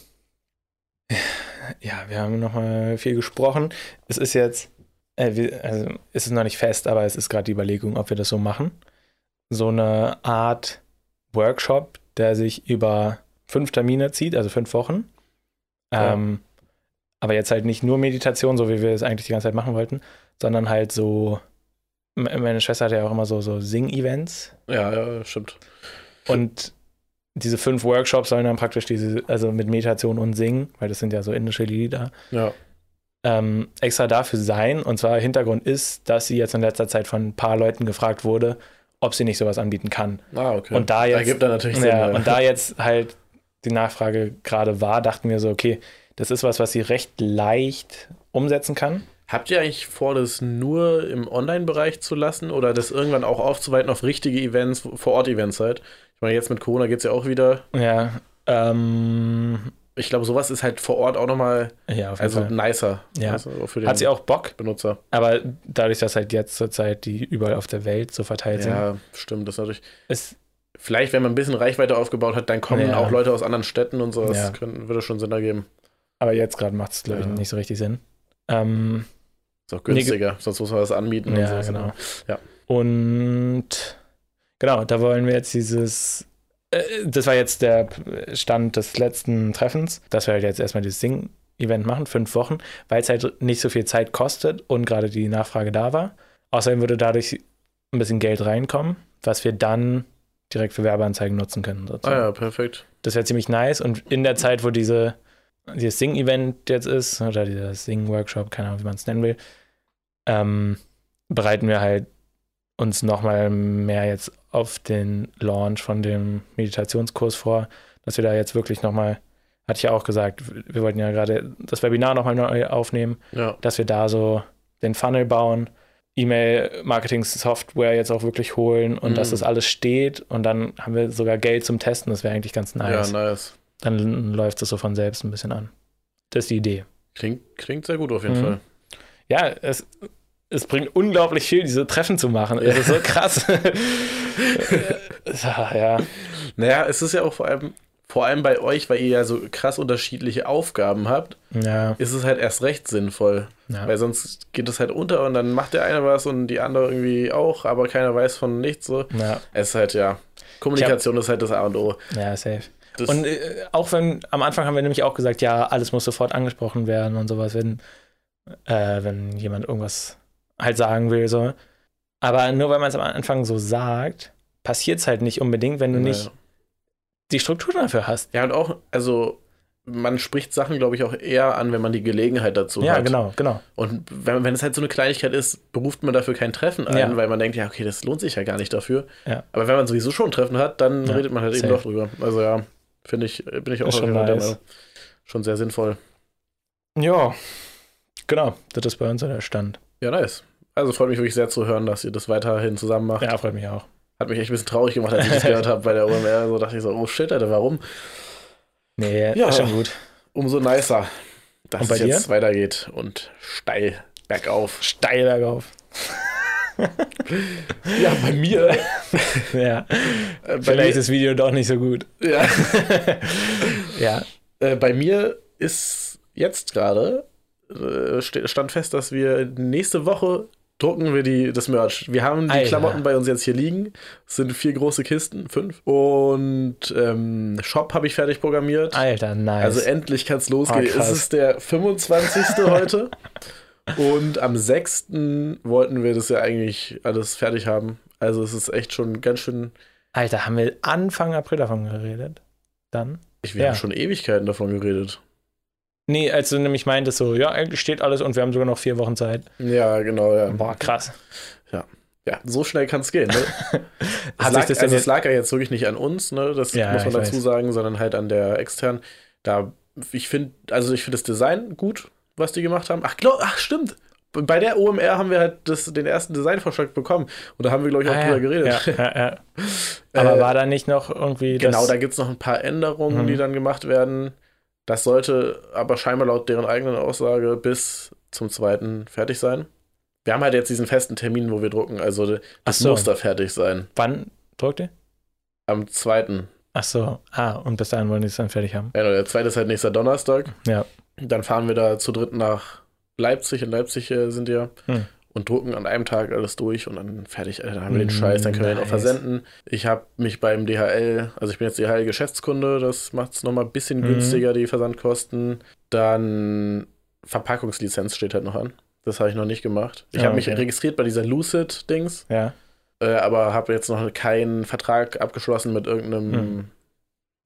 S2: ja, wir haben nochmal viel gesprochen. Es ist jetzt, äh, wir, also es ist noch nicht fest, aber es ist gerade die Überlegung, ob wir das so machen. So eine Art Workshop, der sich über fünf Termine zieht, also fünf Wochen.
S1: Ja.
S2: Ähm, Aber jetzt halt nicht nur Meditation, so wie wir es eigentlich die ganze Zeit machen wollten, sondern halt so. M- Meine Schwester hatte ja auch immer so, so Sing-Events.
S1: Ja, ja, stimmt.
S2: Und diese fünf Workshops sollen dann praktisch diese, also mit Meditation und Singen, weil das sind ja so indische Lieder,
S1: Ja.
S2: ähm, extra dafür sein. Und zwar Hintergrund ist, dass sie jetzt in letzter Zeit von ein paar Leuten gefragt wurde, ob sie nicht sowas anbieten kann.
S1: Ah, okay.
S2: Und da jetzt-
S1: Ergibt dann natürlich Sinn.
S2: Ja, und da jetzt halt die Nachfrage gerade war, dachten wir so, okay, das ist was, was sie recht leicht umsetzen kann.
S1: Habt ihr eigentlich vor, das nur im Online-Bereich zu lassen oder das irgendwann auch aufzuweiten auf richtige Events, Vor-Ort-Events halt? Ich meine, jetzt mit Corona geht es ja auch wieder.
S2: Ja. Ähm,
S1: Ich glaube, sowas ist halt vor Ort auch nochmal
S2: ja, auf jeden
S1: also
S2: Fall.
S1: nicer.
S2: Ja.
S1: Also auch für den
S2: Hat sie auch Bock,
S1: Benutzer.
S2: aber dadurch, dass halt jetzt zurzeit die überall auf der Welt so verteilt sind,
S1: Ja, stimmt. Das ist natürlich.
S2: ist
S1: Vielleicht, wenn man ein bisschen Reichweite aufgebaut hat, dann kommen
S2: Ja.
S1: auch Leute aus anderen Städten und so. Das
S2: Ja.
S1: könnte- würde schon Sinn ergeben.
S2: Aber jetzt gerade macht es, glaube ich,
S1: Ja.
S2: nicht so richtig Sinn. Ähm,
S1: Ist auch günstiger, sonst muss man das anmieten
S2: ja,
S1: und ne? so.
S2: genau.
S1: Ja.
S2: Und genau, da wollen wir jetzt dieses. Äh, das war jetzt der Stand des letzten Treffens, dass wir halt jetzt erstmal dieses Sing-Event machen, fünf Wochen, weil es halt nicht so viel Zeit kostet und gerade die Nachfrage da war. Außerdem würde dadurch ein bisschen Geld reinkommen, was wir dann direkt für Werbeanzeigen nutzen können.
S1: Ah
S2: Sozusagen.
S1: ja, perfekt.
S2: Das wäre ziemlich nice. Und in der Zeit, wo diese, dieses Sing-Event jetzt ist, oder dieser Sing-Workshop, keine Ahnung, wie man es nennen will, ähm, bereiten wir halt uns nochmal mehr jetzt auf den Launch von dem Meditationskurs vor, dass wir da jetzt wirklich nochmal, hatte ich ja auch gesagt, wir wollten ja gerade das Webinar nochmal neu aufnehmen,
S1: Ja,
S2: dass wir da so den Funnel bauen, E-Mail-Marketing-Software jetzt auch wirklich holen und
S1: Mhm.
S2: dass das alles steht und dann haben wir sogar Geld zum Testen, das wäre eigentlich ganz
S1: ja,
S2: nice.
S1: nice.
S2: Dann läuft das so von selbst ein bisschen an. Das ist die Idee.
S1: Klingt, klingt sehr gut auf jeden
S2: Mhm.
S1: Fall.
S2: Ja, es, es bringt unglaublich viel, diese Treffen zu machen.
S1: Ja.
S2: Es ist so krass. ja, ja.
S1: Naja, es ist ja auch vor allem, vor allem bei euch, weil ihr ja so krass unterschiedliche Aufgaben habt,
S2: ja,
S1: ist es halt erst recht sinnvoll.
S2: ja.
S1: Weil sonst geht es halt unter und dann macht der eine was und die andere irgendwie auch, aber keiner weiß von nichts so.
S2: ja,
S1: Es ist halt, ja. Kommunikation ist halt das A und O.
S2: ja safe.
S1: Das,
S2: Und äh, auch wenn, am Anfang haben wir nämlich auch gesagt, ja, alles muss sofort angesprochen werden und sowas, wenn, äh, wenn jemand irgendwas halt sagen will, so. Aber nur weil man es am Anfang so sagt, passiert es halt nicht unbedingt, wenn du
S1: Naja.
S2: nicht die Struktur dafür hast.
S1: Ja, und auch, also man spricht Sachen, glaube ich, auch eher an, wenn man die Gelegenheit dazu
S2: ja,
S1: hat.
S2: genau, genau.
S1: Und wenn, wenn es halt so eine Kleinigkeit ist, beruft man dafür kein Treffen ein,
S2: Ja.
S1: weil man denkt, ja, okay, das lohnt sich ja gar nicht dafür.
S2: Ja.
S1: Aber wenn man sowieso schon ein Treffen hat, dann
S2: Ja,
S1: redet man halt
S2: safe.
S1: eben doch drüber. Also ja, finde ich, äh, bin ich auch
S2: Ist schon
S1: auf jeden Fall der
S2: nice.
S1: Meinung. schon sehr sinnvoll.
S2: Ja, genau. Das ist bei uns so der Stand.
S1: Ja, nice. Also freut mich wirklich sehr zu hören, dass ihr das weiterhin zusammen macht.
S2: Ja, freut mich auch.
S1: Hat mich echt ein bisschen traurig gemacht, als ich das gehört habe bei der OMR. So dachte ich so, oh shit, Alter, warum?
S2: Nee,
S1: Ja.
S2: ist schon gut.
S1: Umso nicer, dass
S2: Und bei
S1: es jetzt weitergeht und steil bergauf.
S2: Steil bergauf.
S1: Ja, bei mir. äh,
S2: Ja,
S1: bei mir,
S2: vielleicht ist das Video doch nicht so gut.
S1: ja,
S2: Ja,
S1: äh, bei mir ist jetzt gerade äh, ste- stand fest, dass wir nächste Woche drucken wir die, das Merch. Wir haben die
S2: Alter.
S1: Klamotten bei uns jetzt hier liegen. Es sind vier große Kisten, fünf. Und ähm, Shop habe ich fertig programmiert.
S2: Alter, nice.
S1: Also endlich kann es losgehen.
S2: Ah, krass.
S1: es ist der 25. heute. Und am 6. wollten wir das ja eigentlich alles fertig haben. Also es ist echt schon ganz schön.
S2: Alter, haben wir Anfang April davon geredet? Dann?
S1: Ich, wir
S2: Ja.
S1: haben schon Ewigkeiten davon geredet.
S2: Nee, als du nämlich meintest so, ja, eigentlich steht alles und wir haben sogar noch vier Wochen Zeit.
S1: Ja, genau, ja.
S2: Boah, krass.
S1: Ja, so schnell kann es gehen. Ne? Es lag,
S2: Hat sich das denn
S1: also es
S2: jetzt...
S1: lag ja jetzt wirklich nicht an uns, ne? Das
S2: Ja,
S1: muss man
S2: ich
S1: dazu
S2: weiß.
S1: sagen, sondern halt an der externen. Da, ich finde, also ich finde das Design gut, was die gemacht haben. Ach, glaub, ach stimmt. Bei der OMR haben wir halt das, den ersten Designvorschlag bekommen. Und da haben wir, glaube ich, auch
S2: Ah,
S1: drüber
S2: ja.
S1: geredet.
S2: Ja, ja, ja. Aber
S1: Äh,
S2: war da nicht noch irgendwie
S1: Genau,
S2: das...
S1: da gibt es noch ein paar Änderungen,
S2: Mhm.
S1: die dann gemacht werden. Das sollte aber scheinbar laut deren eigenen Aussage bis zum zweiten fertig sein. Wir haben halt jetzt diesen festen Termin, wo wir drucken. Also das
S2: Ach so.
S1: muss da fertig sein.
S2: Wann drückt ihr?
S1: Am zweiten.
S2: Ach so, ah, und bis dahin wollen die es dann fertig haben.
S1: Ja, der zweite ist halt nächster Donnerstag.
S2: Ja.
S1: Dann fahren wir da zu dritt nach Leipzig. In Leipzig äh, sind wir.
S2: Hm.
S1: Und drucken an einem Tag alles durch und dann fertig. Alter, Dann haben wir den
S2: Mm,
S1: Scheiß, dann können wir den auch
S2: nice.
S1: versenden. Ich habe mich beim DHL, also ich bin jetzt DHL-Geschäftskunde, das macht es nochmal ein bisschen
S2: Mhm.
S1: günstiger, die Versandkosten. Dann Verpackungslizenz steht halt noch an. Das habe ich noch nicht gemacht. Ich
S2: Ah,
S1: habe mich
S2: okay.
S1: registriert bei dieser Lucid-Dings,
S2: Ja.
S1: äh, aber habe jetzt noch keinen Vertrag abgeschlossen mit irgendeinem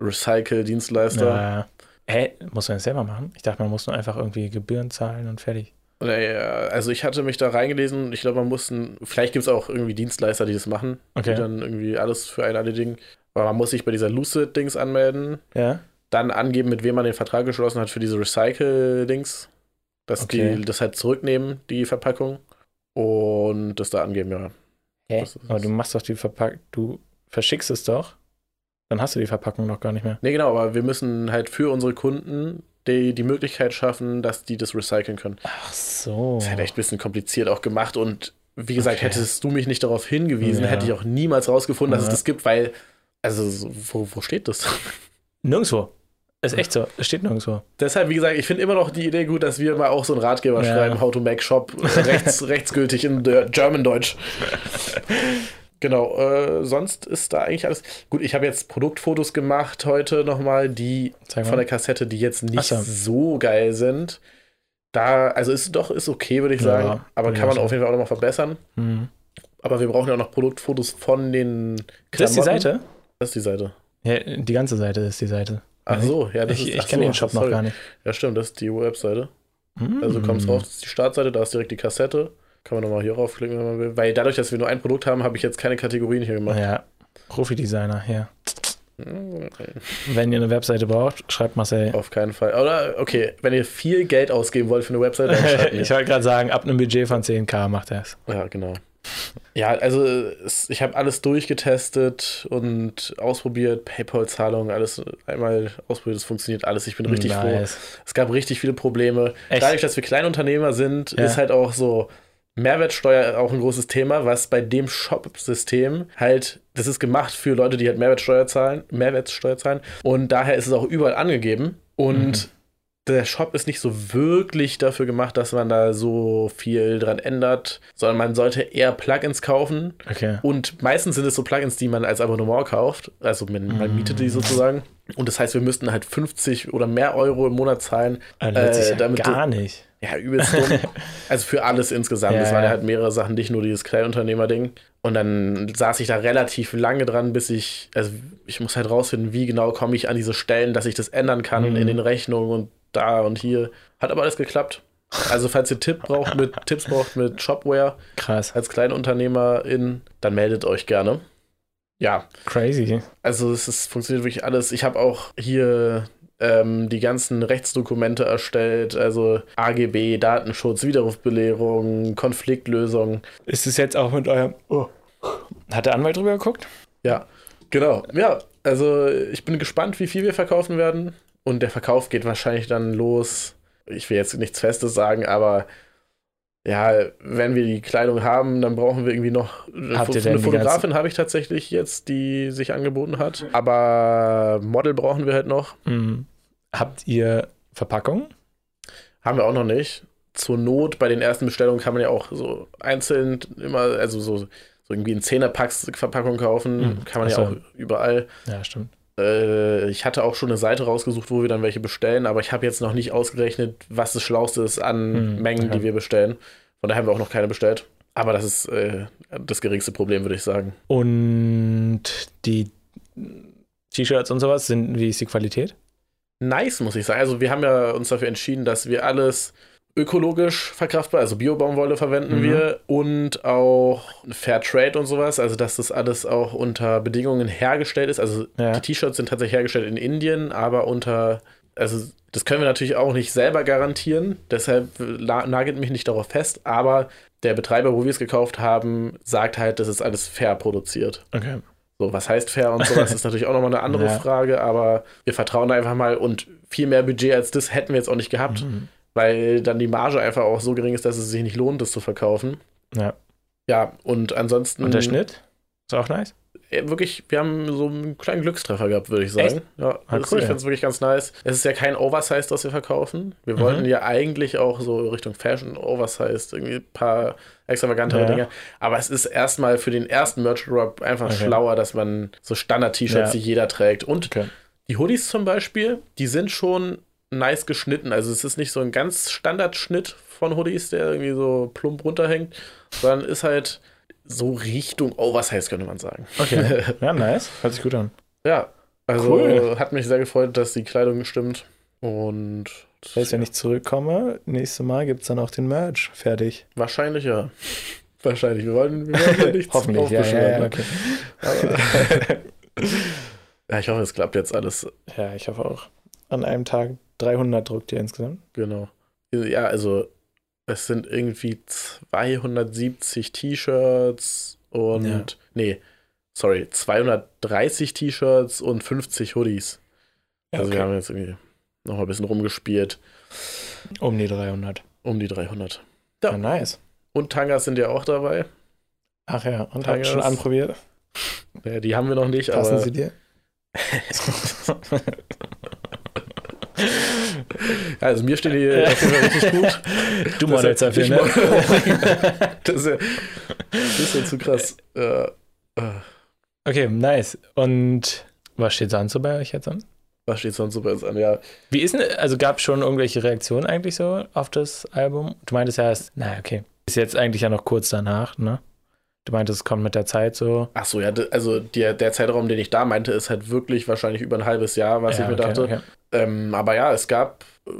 S1: Recycle-Dienstleister.
S2: Hm. ja. Äh, Hä, muss man das selber machen? Ich dachte, man muss nur einfach irgendwie Gebühren zahlen und fertig.
S1: Naja, also ich hatte mich da reingelesen. Ich glaube, man muss ein, vielleicht gibt es auch irgendwie Dienstleister, die das machen,
S2: Okay.
S1: die dann irgendwie alles für einen erledigen. Aber man muss sich bei dieser Lucid-Dings anmelden,
S2: Ja?
S1: dann angeben, mit wem man den Vertrag geschlossen hat für diese Recycle-Dings, dass
S2: Okay.
S1: die das halt zurücknehmen, die Verpackung, und das da angeben, ja.
S2: Hä?
S1: Das ist-
S2: Aber du machst doch die Verpackung, du verschickst es doch, dann hast du die Verpackung noch gar nicht mehr.
S1: Nee, genau, aber wir müssen halt für unsere Kunden die, die Möglichkeit schaffen, dass die das recyceln können.
S2: Ach so.
S1: Das ist halt echt ein bisschen kompliziert auch gemacht und wie gesagt,
S2: Oh. Okay.
S1: hättest du mich nicht darauf hingewiesen,
S2: Ja.
S1: hätte ich auch niemals rausgefunden, dass
S2: Ja.
S1: es das gibt, weil, also, so, wo, wo steht das?
S2: Nirgendwo. Ist echt so. Es steht nirgendwo.
S1: Deshalb, wie gesagt, ich finde immer noch die Idee gut, dass wir mal auch so einen Ratgeber
S2: Ja.
S1: schreiben, How to Make Shop, äh, rechts, rechtsgültig in der German-Deutsch. genau, äh, sonst ist da eigentlich alles. Gut, ich habe jetzt Produktfotos gemacht heute nochmal, die
S2: Zeig mal.
S1: von der Kassette, die jetzt nicht
S2: Ach
S1: so.
S2: so.
S1: geil sind. Da, also ist doch, ist okay, würde ich
S2: Ja,
S1: sagen. Aber
S2: würde ich
S1: kann
S2: auch
S1: man
S2: sagen.
S1: auf jeden Fall auch nochmal verbessern.
S2: Hm.
S1: Aber wir brauchen ja auch noch Produktfotos von den Klamotten.
S2: Das ist die Seite?
S1: Das ist die Seite.
S2: Ja, die ganze Seite ist die Seite.
S1: Ach so, ja, das
S2: Mhm. ich
S1: ist.
S2: ich
S1: ach
S2: kenne
S1: so,
S2: den Shop noch
S1: sorry.
S2: gar nicht.
S1: Ja, stimmt, das ist die Webseite.
S2: Hm.
S1: Also kommst drauf, das ist die Startseite, da ist direkt die Kassette. Kann man nochmal hier raufklicken, wenn man will. Weil dadurch, dass wir nur ein Produkt haben, habe ich jetzt keine Kategorien hier gemacht.
S2: Ja, Profi-Designer, ja.
S1: Hm,
S2: Wenn ihr eine Webseite braucht, schreibt Marcel.
S1: Auf keinen Fall. Oder, okay, wenn ihr viel Geld ausgeben wollt für eine Webseite, dann schreibt mir.
S2: ich wollte gerade sagen, ab einem Budget von 10k macht er es.
S1: Ja, genau. Ja, also es, ich habe alles durchgetestet und ausprobiert, PayPal-Zahlungen, alles einmal ausprobiert, es funktioniert alles. Ich bin richtig froh.
S2: Hm, nice.
S1: Es gab richtig viele Probleme.
S2: Echt?
S1: Dadurch, dass wir Kleinunternehmer sind,
S2: Ja.
S1: ist halt auch so Mehrwertsteuer auch ein großes Thema, was bei dem Shop-System halt, das ist gemacht für Leute,
S2: Mhm.
S1: die halt Mehrwertsteuer zahlen, Mehrwertsteuer zahlen. Und daher ist es auch überall angegeben. Und der Shop ist nicht so wirklich dafür gemacht, dass man da so viel dran ändert, sondern man sollte eher Plugins kaufen.
S2: Okay.
S1: Und meistens sind es so Plugins, die man als Abonnement kauft. Also man, man mietet
S2: Mhm.
S1: die sozusagen. Und das heißt, wir müssten halt 50 oder mehr Euro im Monat zahlen.
S2: Äh, sich ja
S1: damit
S2: gar nicht.
S1: Ja, übelst dumm. also für alles insgesamt.
S2: Ja,
S1: das waren ja
S2: ja.
S1: halt mehrere Sachen, nicht nur dieses Kleinunternehmer-Ding. Und dann saß ich da relativ lange dran, bis ich, also ich muss halt rausfinden, wie genau komme ich an diese Stellen, dass ich das ändern kann
S2: Mhm.
S1: in den Rechnungen und da und hier. Hat aber alles geklappt. Also falls ihr Tipp braucht mit, Tipps braucht mit Shopware
S2: Krass.
S1: als Kleinunternehmerin, dann meldet euch gerne. Ja,
S2: Crazy.
S1: also es ist, funktioniert wirklich alles. Ich habe auch hier ähm, die ganzen Rechtsdokumente erstellt, also AGB, Datenschutz, Widerrufsbelehrung, Konfliktlösung.
S2: Ist es jetzt auch mit eurem. Oh. Hat der Anwalt drüber geguckt?
S1: Ja, genau. Ja, also ich bin gespannt, wie viel wir verkaufen werden. Und der Verkauf geht wahrscheinlich dann los. Ich will jetzt nichts Festes sagen, aber ja, wenn wir die Kleidung haben, dann brauchen wir irgendwie noch
S2: Habt ihr denn
S1: eine
S2: die
S1: Fotografin habe ich tatsächlich jetzt, die sich angeboten hat. Aber Model brauchen wir halt noch.
S2: Mhm. Habt ihr Verpackung?
S1: Haben wir auch noch nicht. Zur Not bei den ersten Bestellungen kann man ja auch so einzeln immer, also so, so irgendwie in Zehnerpacks Verpackung kaufen.
S2: Mhm.
S1: Kann man
S2: Ach so.
S1: ja auch überall.
S2: Ja, stimmt.
S1: Äh, ich hatte auch schon eine Seite rausgesucht, wo wir dann welche bestellen, aber ich habe jetzt noch nicht ausgerechnet, was das Schlauste ist an
S2: Mhm,
S1: Mengen,
S2: okay.
S1: die wir bestellen. Von daher haben wir auch noch keine bestellt. Aber das ist äh, das geringste Problem, würde ich sagen.
S2: Und die T-Shirts und sowas sind, wie ist die Qualität?
S1: nice, muss ich sagen. Also wir haben ja uns dafür entschieden, dass wir alles ökologisch verkraftbar, also Biobaumwolle verwenden
S2: Mhm.
S1: wir und auch Fair Trade und sowas, also dass das alles auch unter Bedingungen hergestellt ist. Also die
S2: Ja.
S1: T-Shirts sind tatsächlich hergestellt in Indien, aber unter, also das können wir natürlich auch nicht selber garantieren, deshalb la- nagelt mich nicht darauf fest, aber der Betreiber, wo wir es gekauft haben, sagt halt, das ist alles fair produziert.
S2: Okay.
S1: So, was heißt fair und sowas ist natürlich auch nochmal eine andere
S2: Ja.
S1: Frage, aber wir vertrauen einfach mal und viel mehr Budget als das hätten wir jetzt auch nicht gehabt,
S2: Mhm.
S1: weil dann die Marge einfach auch so gering ist, dass es sich nicht lohnt, das zu verkaufen.
S2: Ja.
S1: Ja, und ansonsten.
S2: Und der Schnitt? Ist auch nice.
S1: Äh, Wirklich, wir haben so einen kleinen Glückstreffer gehabt, würde ich sagen.
S2: Echt?
S1: Ja,
S2: Ah,
S1: das,
S2: cool.
S1: ich finde es wirklich ganz nice. Es ist ja kein Oversized, was wir verkaufen. Wir
S2: Mhm.
S1: wollten ja eigentlich auch so Richtung Fashion, Oversized, irgendwie ein paar extravagantere
S2: Ja.
S1: Dinge. Aber es ist erstmal für den ersten Merch Drop einfach
S2: Okay.
S1: schlauer, dass man so Standard-T-Shirts,
S2: Ja.
S1: die jeder trägt. Und
S2: Okay.
S1: die Hoodies zum Beispiel, die sind schon nice geschnitten. Also es ist nicht so ein ganz Standardschnitt von Hoodies, der irgendwie so plump runterhängt, sondern ist halt so Richtung Oversize, könnte man sagen.
S2: Okay. Ja, nice. Hört sich gut an.
S1: Ja, also
S2: Cool.
S1: hat mich sehr gefreut, dass die Kleidung stimmt. Und
S2: Heißt, wenn ich zurückkomme, nächstes Mal gibt es dann auch den Merch. Fertig.
S1: wahrscheinlich ja. Wahrscheinlich. Wir wollen, wir wollen ja nichts
S2: Hoffentlich, ja,
S1: aufbeschwören,
S2: ja, ja,
S1: ne?
S2: okay.
S1: Aber- ja, ich hoffe, es klappt jetzt alles.
S2: ja, ich hoffe auch. An einem Tag 300 druckt ihr insgesamt.
S1: Genau. Ja, also es sind irgendwie 270 T-Shirts und
S2: Ja.
S1: nee, sorry, 230 T-Shirts und 50 Hoodies. Also wir haben jetzt irgendwie noch mal ein bisschen rumgespielt
S2: Um die 300.
S1: um die 300.
S2: Ja.
S1: Ja.
S2: nice.
S1: Und Tangas sind ja auch dabei.
S2: Ach ja, und
S1: Danke,
S2: habt schon
S1: das-
S2: anprobiert?
S1: Ja, die haben wir noch nicht,
S2: Passen
S1: aber
S2: sie dir?
S1: also mir stehen die auf jeden Fall richtig gut.
S2: Du modelst
S1: Deshalb-
S2: dafür,
S1: ich
S2: ne?
S1: mod- Oh mein Gott, das ist ja ein bisschen zu krass. Äh, äh,
S2: Okay, nice. Und was steht sonst so bei euch jetzt an?
S1: was steht sonst so bei uns an? Ja,
S2: Wie ist denn, also gab es schon irgendwelche Reaktionen eigentlich so auf das Album? Du meintest ja erst, naja, okay. Ist jetzt eigentlich ja noch kurz danach, ne? Du meintest, es kommt mit der Zeit so.
S1: ach so, ja, d- also der, der Zeitraum, den ich da meinte, ist halt wirklich wahrscheinlich über ein halbes Jahr, was
S2: ja,
S1: ich mir
S2: okay,
S1: dachte.
S2: okay.
S1: Ähm, aber ja, es gab äh,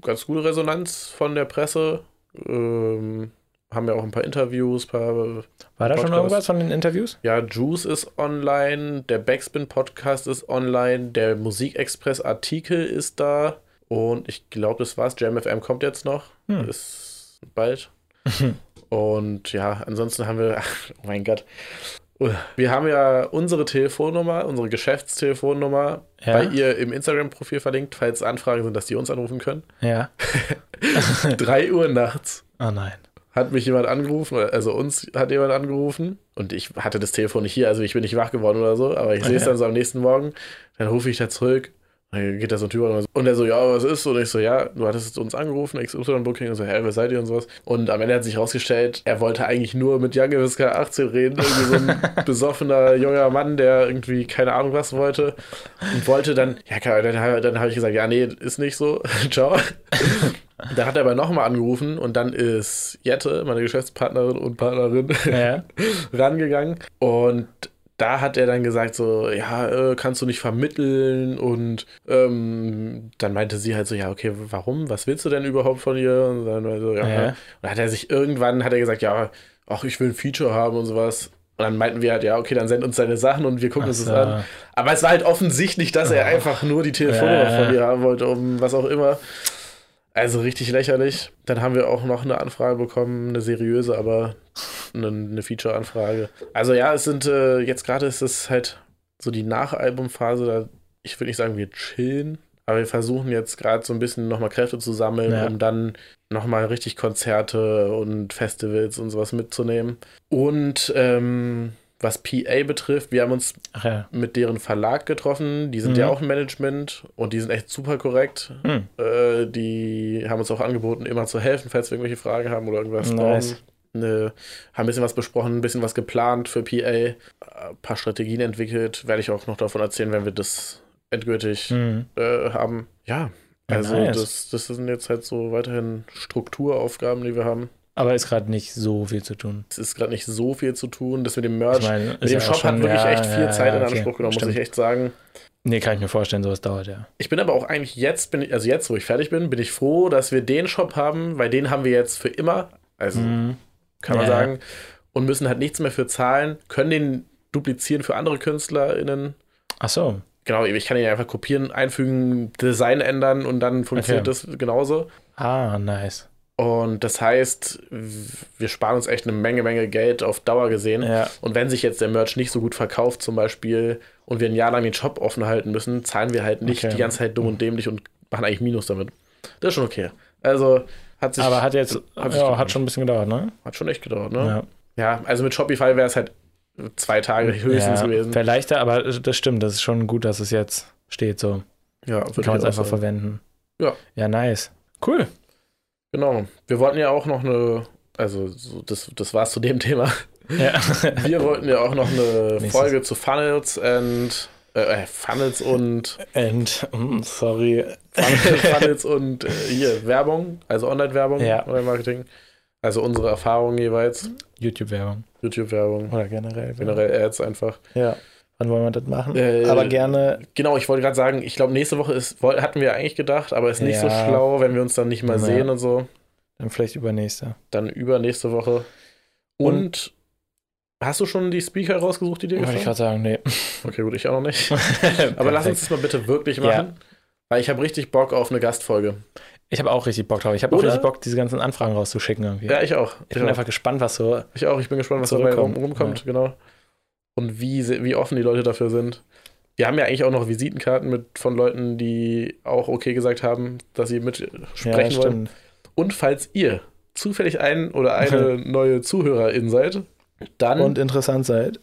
S1: ganz gute Resonanz von der Presse. Ähm, haben ja auch ein paar Interviews, paar
S2: War da schon
S1: Podcast.
S2: irgendwas von den Interviews?
S1: Ja, Juice ist online, der Backspin Podcast ist online, der Musikexpress Artikel ist da und ich glaube, das war's. JamFM kommt jetzt noch,
S2: Hm.
S1: ist bald. und ja, ansonsten haben wir, ach, oh mein Gott, wir haben ja unsere Telefonnummer, unsere Geschäftstelefonnummer
S2: Ja.
S1: bei ihr im Instagram-Profil verlinkt, falls Anfragen sind, dass die uns anrufen können.
S2: Ja.
S1: 3 Uhr nachts
S2: Oh nein.
S1: hat mich jemand angerufen, also uns hat jemand angerufen und ich hatte das Telefon nicht hier, also ich bin nicht wach geworden oder so, aber ich sehe es dann so am nächsten Morgen, dann rufe ich da zurück Dann geht da so ein Typ an und so- und er so, ja, was ist? Und ich so, ja, du hattest uns angerufen, XY-Booking. Und so, hä, wer seid ihr und sowas? Und am Ende hat sich rausgestellt, er wollte eigentlich nur mit Young Wiska 18 reden. Irgendwie so ein besoffener junger Mann, der irgendwie keine Ahnung was wollte. Und wollte dann, ja, keine Ahnung, dann, hab- dann habe ich gesagt, ja, nee, ist nicht so. Ciao. Da hat er aber nochmal angerufen und dann ist Jette, meine Geschäftspartnerin und Partnerin,
S2: Ja.
S1: rangegangen und da hat er dann gesagt so, ja, äh, kannst du nicht vermitteln und ähm, dann meinte sie halt so, ja, okay, warum? Was willst du denn überhaupt von ihr? Und dann war so, ja.
S2: Ja.
S1: Und dann hat er sich irgendwann, hat er gesagt, ja, ach, ich will ein Feature haben und sowas. Und dann meinten wir halt, ja, okay, dann send uns deine Sachen und wir gucken uns das
S2: so.
S1: an. Aber es war halt offensichtlich, dass er einfach nur die Telefonnummer
S2: Ja.
S1: von mir haben wollte, um was auch immer. Also richtig lächerlich. Dann haben wir auch noch eine Anfrage bekommen, eine seriöse, aber eine, eine Feature-Anfrage. Also ja, es sind äh, jetzt gerade ist es halt so die Nachalbumphase. Da ich würde nicht sagen, wir chillen, aber wir versuchen jetzt gerade so ein bisschen nochmal Kräfte zu sammeln,
S2: Ja.
S1: um dann nochmal richtig Konzerte und Festivals und sowas mitzunehmen. Und ähm, was PA betrifft, wir haben uns
S2: Ach ja.
S1: mit deren Verlag getroffen. Die sind
S2: Mhm.
S1: ja auch im Management und die sind echt super korrekt.
S2: Hm.
S1: Äh, die haben uns auch angeboten, immer zu helfen, falls wir irgendwelche Fragen haben oder irgendwas
S2: Nice.
S1: brauchen. Ne, haben ein bisschen was besprochen, ein bisschen was geplant für PA, äh, ein paar Strategien entwickelt. Werde ich auch noch davon erzählen, wenn wir das endgültig
S2: Hm.
S1: äh, haben. Ja,
S2: Ja,
S1: also
S2: nice.
S1: das, das sind jetzt halt so weiterhin Strukturaufgaben, die wir haben.
S2: Aber ist gerade nicht so viel zu tun.
S1: Es ist gerade nicht so viel zu tun. Das mit dem Merch,
S2: meine,
S1: Also, mit dem
S2: auch
S1: Shop
S2: schon-
S1: hat wirklich
S2: ja,
S1: echt viel
S2: ja,
S1: Zeit
S2: ja,
S1: in
S2: okay.
S1: Anspruch genommen, muss
S2: Stimmt.
S1: ich echt sagen.
S2: Nee, kann ich mir vorstellen, sowas dauert ja.
S1: Ich bin aber auch eigentlich jetzt, bin ich, also jetzt, wo ich fertig bin, bin ich froh, dass wir den Shop haben, weil den haben wir jetzt für immer, also
S2: Mhm.
S1: kann man
S2: Ja.
S1: sagen, und müssen halt nichts mehr für zahlen, können den duplizieren für andere KünstlerInnen.
S2: Ach so.
S1: Genau, ich kann ihn einfach kopieren, einfügen, Design ändern und dann funktioniert das genauso.
S2: Ah, nice.
S1: Und das heißt, wir sparen uns echt eine Menge, Menge Geld auf Dauer gesehen.
S2: Ja.
S1: Und wenn sich jetzt der Merch nicht so gut verkauft, zum Beispiel, und wir ein Jahr lang den Shop offen halten müssen, zahlen wir halt nicht
S2: Okay.
S1: die ganze Zeit dumm und dämlich und machen eigentlich Minus damit. Das ist schon okay. Also hat sich
S2: Aber hat jetzt,
S1: Hat sich
S2: ja,
S1: gelohnt.
S2: hat schon ein bisschen gedauert, ne?
S1: hat schon echt gedauert, ne? Ja, also mit Shopify wäre es halt zwei Tage höchstens
S2: ja.
S1: gewesen.
S2: Wäre leichter, aber das stimmt, das ist schon gut, dass es jetzt steht so.
S1: Ja, würde ich
S2: Kann man es
S1: auch
S2: einfach
S1: sagen.
S2: verwenden.
S1: Ja.
S2: Ja, nice. Cool.
S1: Genau. Wir wollten ja auch noch eine, also so, das, das war's zu dem Thema.
S2: Ja.
S1: Wir wollten ja auch noch eine
S2: Nächstes.
S1: Folge zu Funnels and äh, äh, Funnels und
S2: And, mm, sorry.
S1: Funnels und äh, hier Werbung, also Online-Werbung,
S2: Ja.
S1: Online-Marketing. Also unsere Erfahrungen jeweils,
S2: YouTube-Werbung.
S1: YouTube-Werbung,
S2: Oder generell.
S1: generell Ads einfach.
S2: Ja. Wann wollen wir das machen?
S1: Äh,
S2: aber gerne.
S1: Genau, ich wollte gerade sagen, ich glaube, nächste Woche ist, woll- hatten wir eigentlich gedacht, aber ist nicht so
S2: Ja.
S1: schlau, wenn wir uns dann nicht mal
S2: Ja.
S1: sehen und so.
S2: Dann vielleicht übernächste.
S1: Dann übernächste Woche. Und, hast du schon die Speaker rausgesucht, die dir
S2: Wollte ich
S1: gefallen?
S2: gerade sagen, nee.
S1: Okay, gut, ich auch noch nicht. Aber lass uns das mal bitte wirklich
S2: Ja.
S1: machen. Weil ich habe richtig Bock auf eine Gastfolge.
S2: Ich habe auch richtig Bock drauf. Ich habe auch
S1: Oder-
S2: richtig Bock, diese ganzen Anfragen rauszuschicken irgendwie.
S1: Ja, genau. ich auch.
S2: ich bin
S1: auch.
S2: einfach gespannt, was so.
S1: Ich auch, ich bin gespannt, was dabei rum,
S2: Zurückkommen.
S1: rumkommt, genau. Und wie, se- wie offen die Leute dafür sind. Wir haben ja eigentlich auch noch Visitenkarten mit von Leuten, die auch okay gesagt haben, dass sie mit sprechen
S2: ja,
S1: wollen.
S2: stimmt.
S1: Und falls ihr zufällig ein oder eine neue Zuhörerin seid, dann
S2: Und
S1: und,
S2: interessant seid.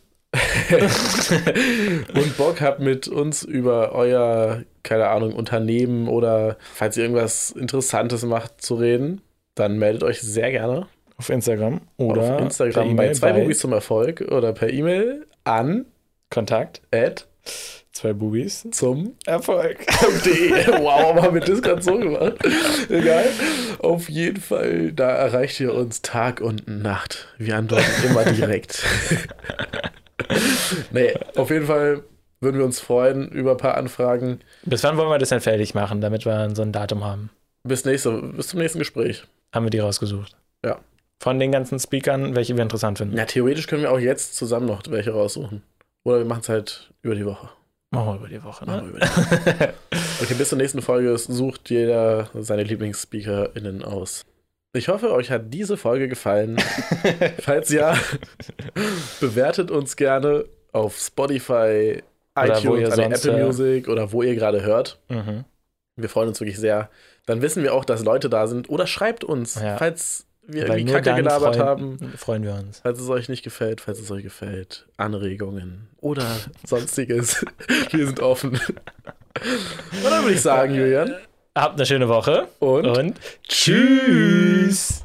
S1: Bock habt mit uns über euer, keine Ahnung, Unternehmen oder falls ihr irgendwas Interessantes macht zu reden, dann meldet euch sehr gerne
S2: Auf Instagram oder
S1: auf Instagram bei
S2: E-Mail
S1: zwei Bubis zum Erfolg oder per E-Mail an
S2: Kontakt.
S1: at
S2: Zwei Bubis.
S1: zum
S2: Erfolg.
S1: .de. Wow, haben wir das gerade so gemacht. Egal. Auf jeden Fall, da erreicht ihr uns Tag und Nacht. Wir antworten immer direkt. nee, auf jeden Fall würden wir uns freuen über ein paar Anfragen.
S2: Bis wann wollen wir das denn fertig machen, damit wir so ein Datum haben?
S1: Bis, nächste, bis zum nächsten Gespräch.
S2: Haben wir die rausgesucht?
S1: Ja.
S2: Von den ganzen Speakern, welche wir interessant finden.
S1: Na, theoretisch können wir auch jetzt zusammen noch welche raussuchen. Oder wir machen es halt über die Woche.
S2: Machen wir über die Woche.
S1: Machen wir
S2: Ne?
S1: über die Woche. Okay, bis zur nächsten Folge sucht jeder seine LieblingsspeakerInnen aus. Ich hoffe, euch hat diese Folge gefallen. Falls ja, bewertet uns gerne auf Spotify,
S2: Oder wo ihr
S1: iTunes, an der
S2: sonst,
S1: Apple
S2: äh,
S1: Music oder wo ihr gerade hört.
S2: mhm.
S1: Wir freuen uns wirklich sehr. Dann wissen wir auch, dass Leute da sind. Oder schreibt uns,
S2: Ja.
S1: falls wir
S2: Weil
S1: irgendwie
S2: nur
S1: Kacke
S2: dann
S1: gelabert
S2: freuen-
S1: haben.
S2: Freuen wir uns.
S1: Falls es euch nicht gefällt, falls es euch gefällt, Anregungen oder sonstiges. wir sind offen. Und dann würde ich sagen, Julian.
S2: Habt eine schöne Woche
S1: Und
S2: und tschüss.